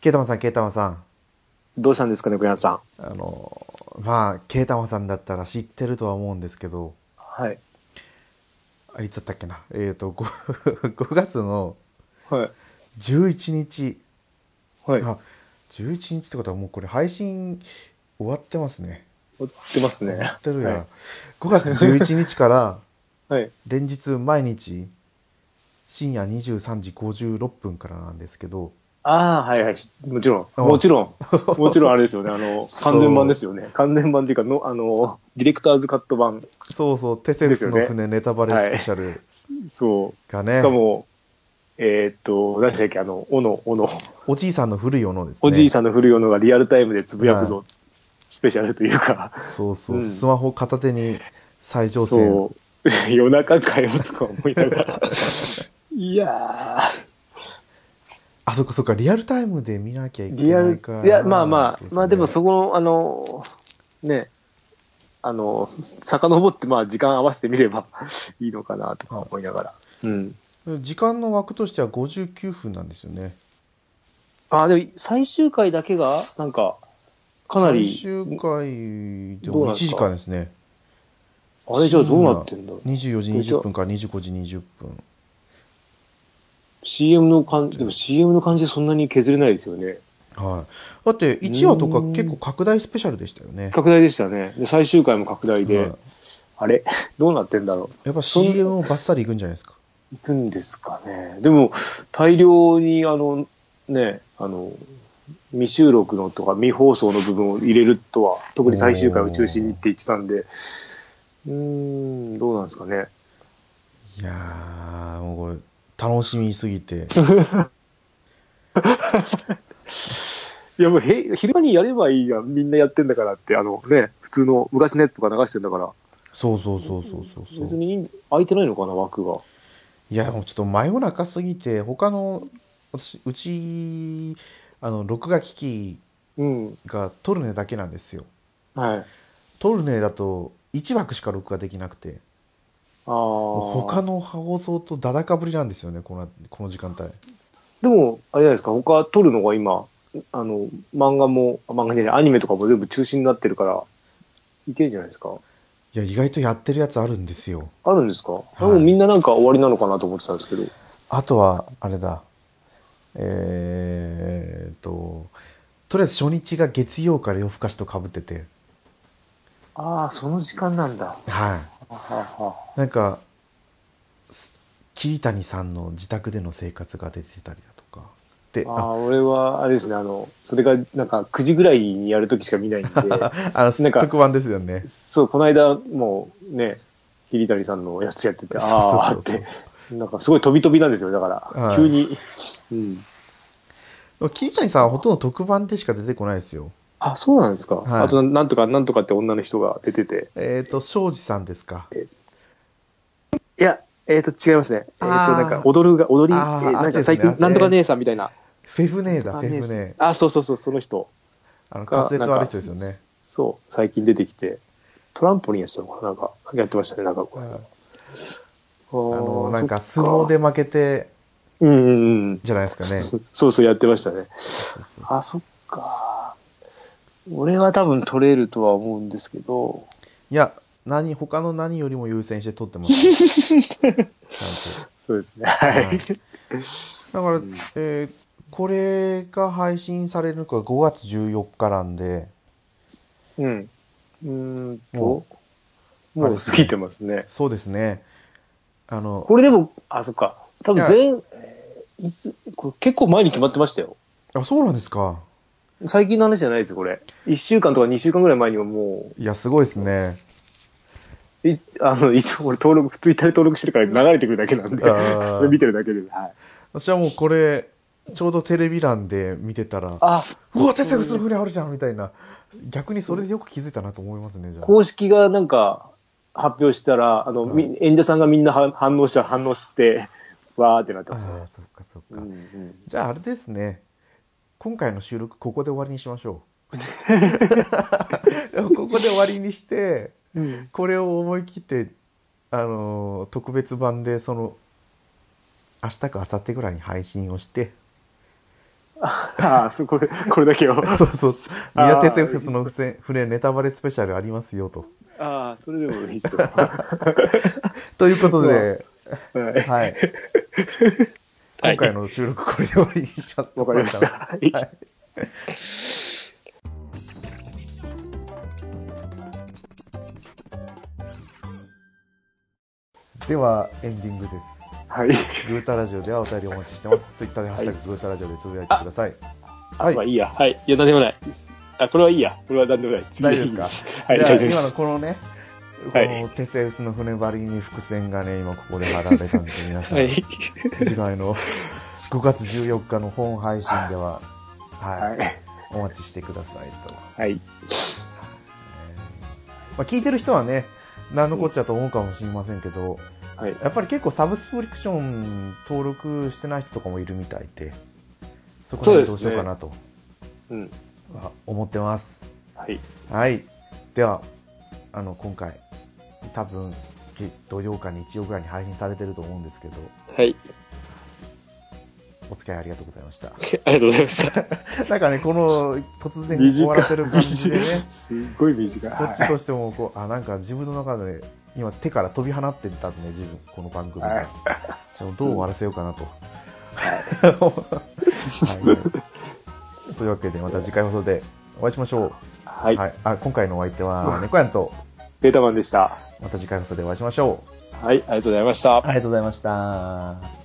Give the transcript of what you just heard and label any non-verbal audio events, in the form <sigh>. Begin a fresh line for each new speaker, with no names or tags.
ケイタマさん、ケイタマさん。
どうしたんですかね、グヤンさん。
あの、まあ、ケイタマさんだったら知ってるとは思うんですけど、
はい。
あいつだったっけな。えっ、と、5, <laughs> 5月の
はい。
11日、
はい。
あ、11日ってことはもうこれ配信終わってますね。
追ってますね。
終わってるや、5月11日から
はい。
連日毎日、深夜23時56分からなんですけど、
ああ、はいはい。もちろん。
あ
もちろ <laughs> ん。もちろんあれですよね。あの、完全版ですよね。完全版っていうか、の、あの、ディレクターズカット版。
そうそう、テセウス
ですよ
の
ね
船ネタバレスペシャル
そ
が
う。
ね、
しかも、えーっと、何でしたっけ、あの、おの、おの、
おじいさんの古いおのですね。
おじいさんの古いおのがリアルタイムでつぶやくぞ、スペシャルというか、
そうそう、
うん
スマホ片手に最上線
そう、 <laughs> 夜中かよとか思いなが <laughs> ら。いや
あそっかそっかリアルタイムで見なきゃいけ
ー、
ない
リアル
か、
いや、まあま
す
あ、
ね
まあでもそこの、あの、ね、あの、遡って、まあ時間合わせてみれば <laughs> いいのかなとか思いながら。うん。
時間の枠としては59分なんですよね
あ、でも最終回だけが、なんか、かな
最
り、
終回で
どうな
も1
んですか
時間ですね
あれじゃあどうなってんだろう
24時20分から25時20分
CM の感じ、でも CM の感じでそんなに削れないですよね。
はいだって1話とか
うん
結構拡大スペシャルでしたよね
拡大でしたね。で、最終回も拡大で、
はい
あれ <laughs> どうなってんだろう
やっぱ CM をバッサリいくんじゃないですか
行くんですかね。でも、大量に、あの、ね、あの、未収録のとか未放送の部分を入れるとは、特に最終回を中心にって言ってたんで、うーん、どうなんですかね。
いやーもうこれ楽しみすぎ
<laughs>
て
いや、もうへ、昼間にやればいいやん、みんなやってんだからって、あのね、普通の昔のやつとか流してんだから、
そうそうそうそうそうそう
別に空いてないのかな、枠が。
いや、もうちょっと真夜中すぎて、他の、私、うち、あの、録画機器
うん、
がトルネだけなんですよ。
はい。あ
トルネだと1枠しか録画できなくて、
あ。
もう他の放送とだだかぶりなんですよね、この、この時間帯。
でも、あれじゃないですか、他撮るのが今、あの、漫画も、あ漫画じゃない、アニメとかも全部中止になってるから、いけるんじゃないですか。
いや、意外とやってるやつあるんですよ。
あるんですか、
い
でもみんななんか終わりなのかなと思ってたんですけど。
あとは、あれだ。えーっと、とりあえず初日が月曜から夜更かしとかぶってて、
ああ、その時間なんだ。は
はい。
あは
なんかす桐谷さんの自宅での生活が出てたりだとかで
ああ
あ
あ、俺は、あれですね、あの、それがなんか9時ぐらいにやるときしか見
<laughs>
ないんで、
あ
なん
の
か
特番ですよね
そう、この間、もうね、桐谷さんのやつやってて、
そう
ああ
そう
っ
そう
て、なんかすごい飛び飛びなんですよ、だから、
はい
急に。うん。
でも桐谷さんはほとんど特番でしか出てこないですよ
あ、そうなんですか。
はい
あとな、なんとか、なんとかって女の人が出てて。
えっ、と庄司さんですか
いや、えっ、と、違いますね。えっ、
あ
と、
ー
なんか、踊るが、踊り、え
あー
ーなん
あ
か
そう
最
ですね
近、なんとか姉さんみたいな。
フェフネーだフ
あ
ェフネー
姉さんあ、そうそうそう、その人。
あの
が
滑舌悪い人ですよね
そう、最近出てきて、トランポリンやってたのかななんか、やってましたね、なんかこれ。
はいあ
あ
の
ー
なんか
そ
相
っ
撲で負けて
うんうんうん。
じゃないですかね <laughs>
そそうそう、やってましたね。
そうそう
あ、そっか。俺は多分取れるとは思うんですけ <laughs> ど、
いや何他の何よりも優先して撮ってますちゃんと
そうですね。はい。
はいだから、えーこれが配信されるのが5月14日なんで、
うん。うーんと、
も
もう
あれですね
過ぎてますね。
そうですね。あの、
これでも、あ、そっか。多
い
分
や
全、えーいつ、これ結構前に決まってましたよ。
あ、そうなんですか。
最近の話じゃないです、これ。1週間とか2週間ぐらい前にはも
いや、すごいですね。
う、いあの、いつも俺登録、普通に登録してるから流れてくるだけなんで
あー、
それ見てるだけで。はい、
私はもうこれ、ちょうどテレビ欄で見てたら、
あ、
うわ、テセウスの船あるじゃんみたいな。逆にそれでよく気づいたなと思いますね、じゃあ。
公式がなんか発表したら、あの、
うん
み演者さんがみんなは反応したら反応して、わーってなって
ああ
ましたね
ー、。そっかそっ
う
か。
んうん
じゃああれですね。今回の収録、ここで終わりにしましょう。ここで終わりにして、
うん
これを思い切って、あのー特別版でその明日か明後日ぐらいに配信をして
<laughs> ああ、すごい、これだけを。
<laughs> そうそう。
あー
宮手セフスの船船ネタバレスペシャルありますよと。
ああ、それでもいいです
<laughs>
よ。は
ということで、
い。 <laughs>
はい。今回の収録これで終わりにします。
わかりました。。はい
はいでは、エンディングです。
はい。
グータラジオではお便りお待ちしてます。ツイッターでハッシュタググータラジオでつぶやいてください。はい
まあいいや。はい。いや、なんでもない。あ、これはいいや。これはなんでもない。次
大丈夫です
かはい、
じゃあ
大丈夫で
今の
す。
このね、こ
はい
のテセウスの船張りに伏線がね、今ここで張られたんで、皆さん、
はい。
次回
<laughs>
の5月14日の本配信では、はい、
はい。
お待ちしてくださいと。
はい。
まあ、聞いてる人はね、何のこっちゃと思うかもしれませんけど、
はい。
やっぱり結構サブスクリプション登録してない人とかもいるみたいで、そこ
そう
で
で
ど
すね
うしようかなと
うん。
は思ってます。
はい。
はい。では、あの、今回、多分、き土曜か日曜ぐらいに配信されてると思うんですけど、
はい。
お付き合いありがとうございました。
ありがとうござい
<laughs>
ました。
なんかね、この突然終わらせる感じでね、
<laughs> すっごい短い。
こっち
は
としてもこう、あ、なんか自分の中で、今手から飛び放ってたんで、自分、この番組
は
が
い。
じゃあどう終わらせようかなと。はい。というわけで、また次回放送でお会いしましょう。
い。はい。
はい、あ今回のお相手は、猫やんと、
データマンでした。
また次回放送でお会いしましょう。
はい。ありがとうございました。
ありがとうございました。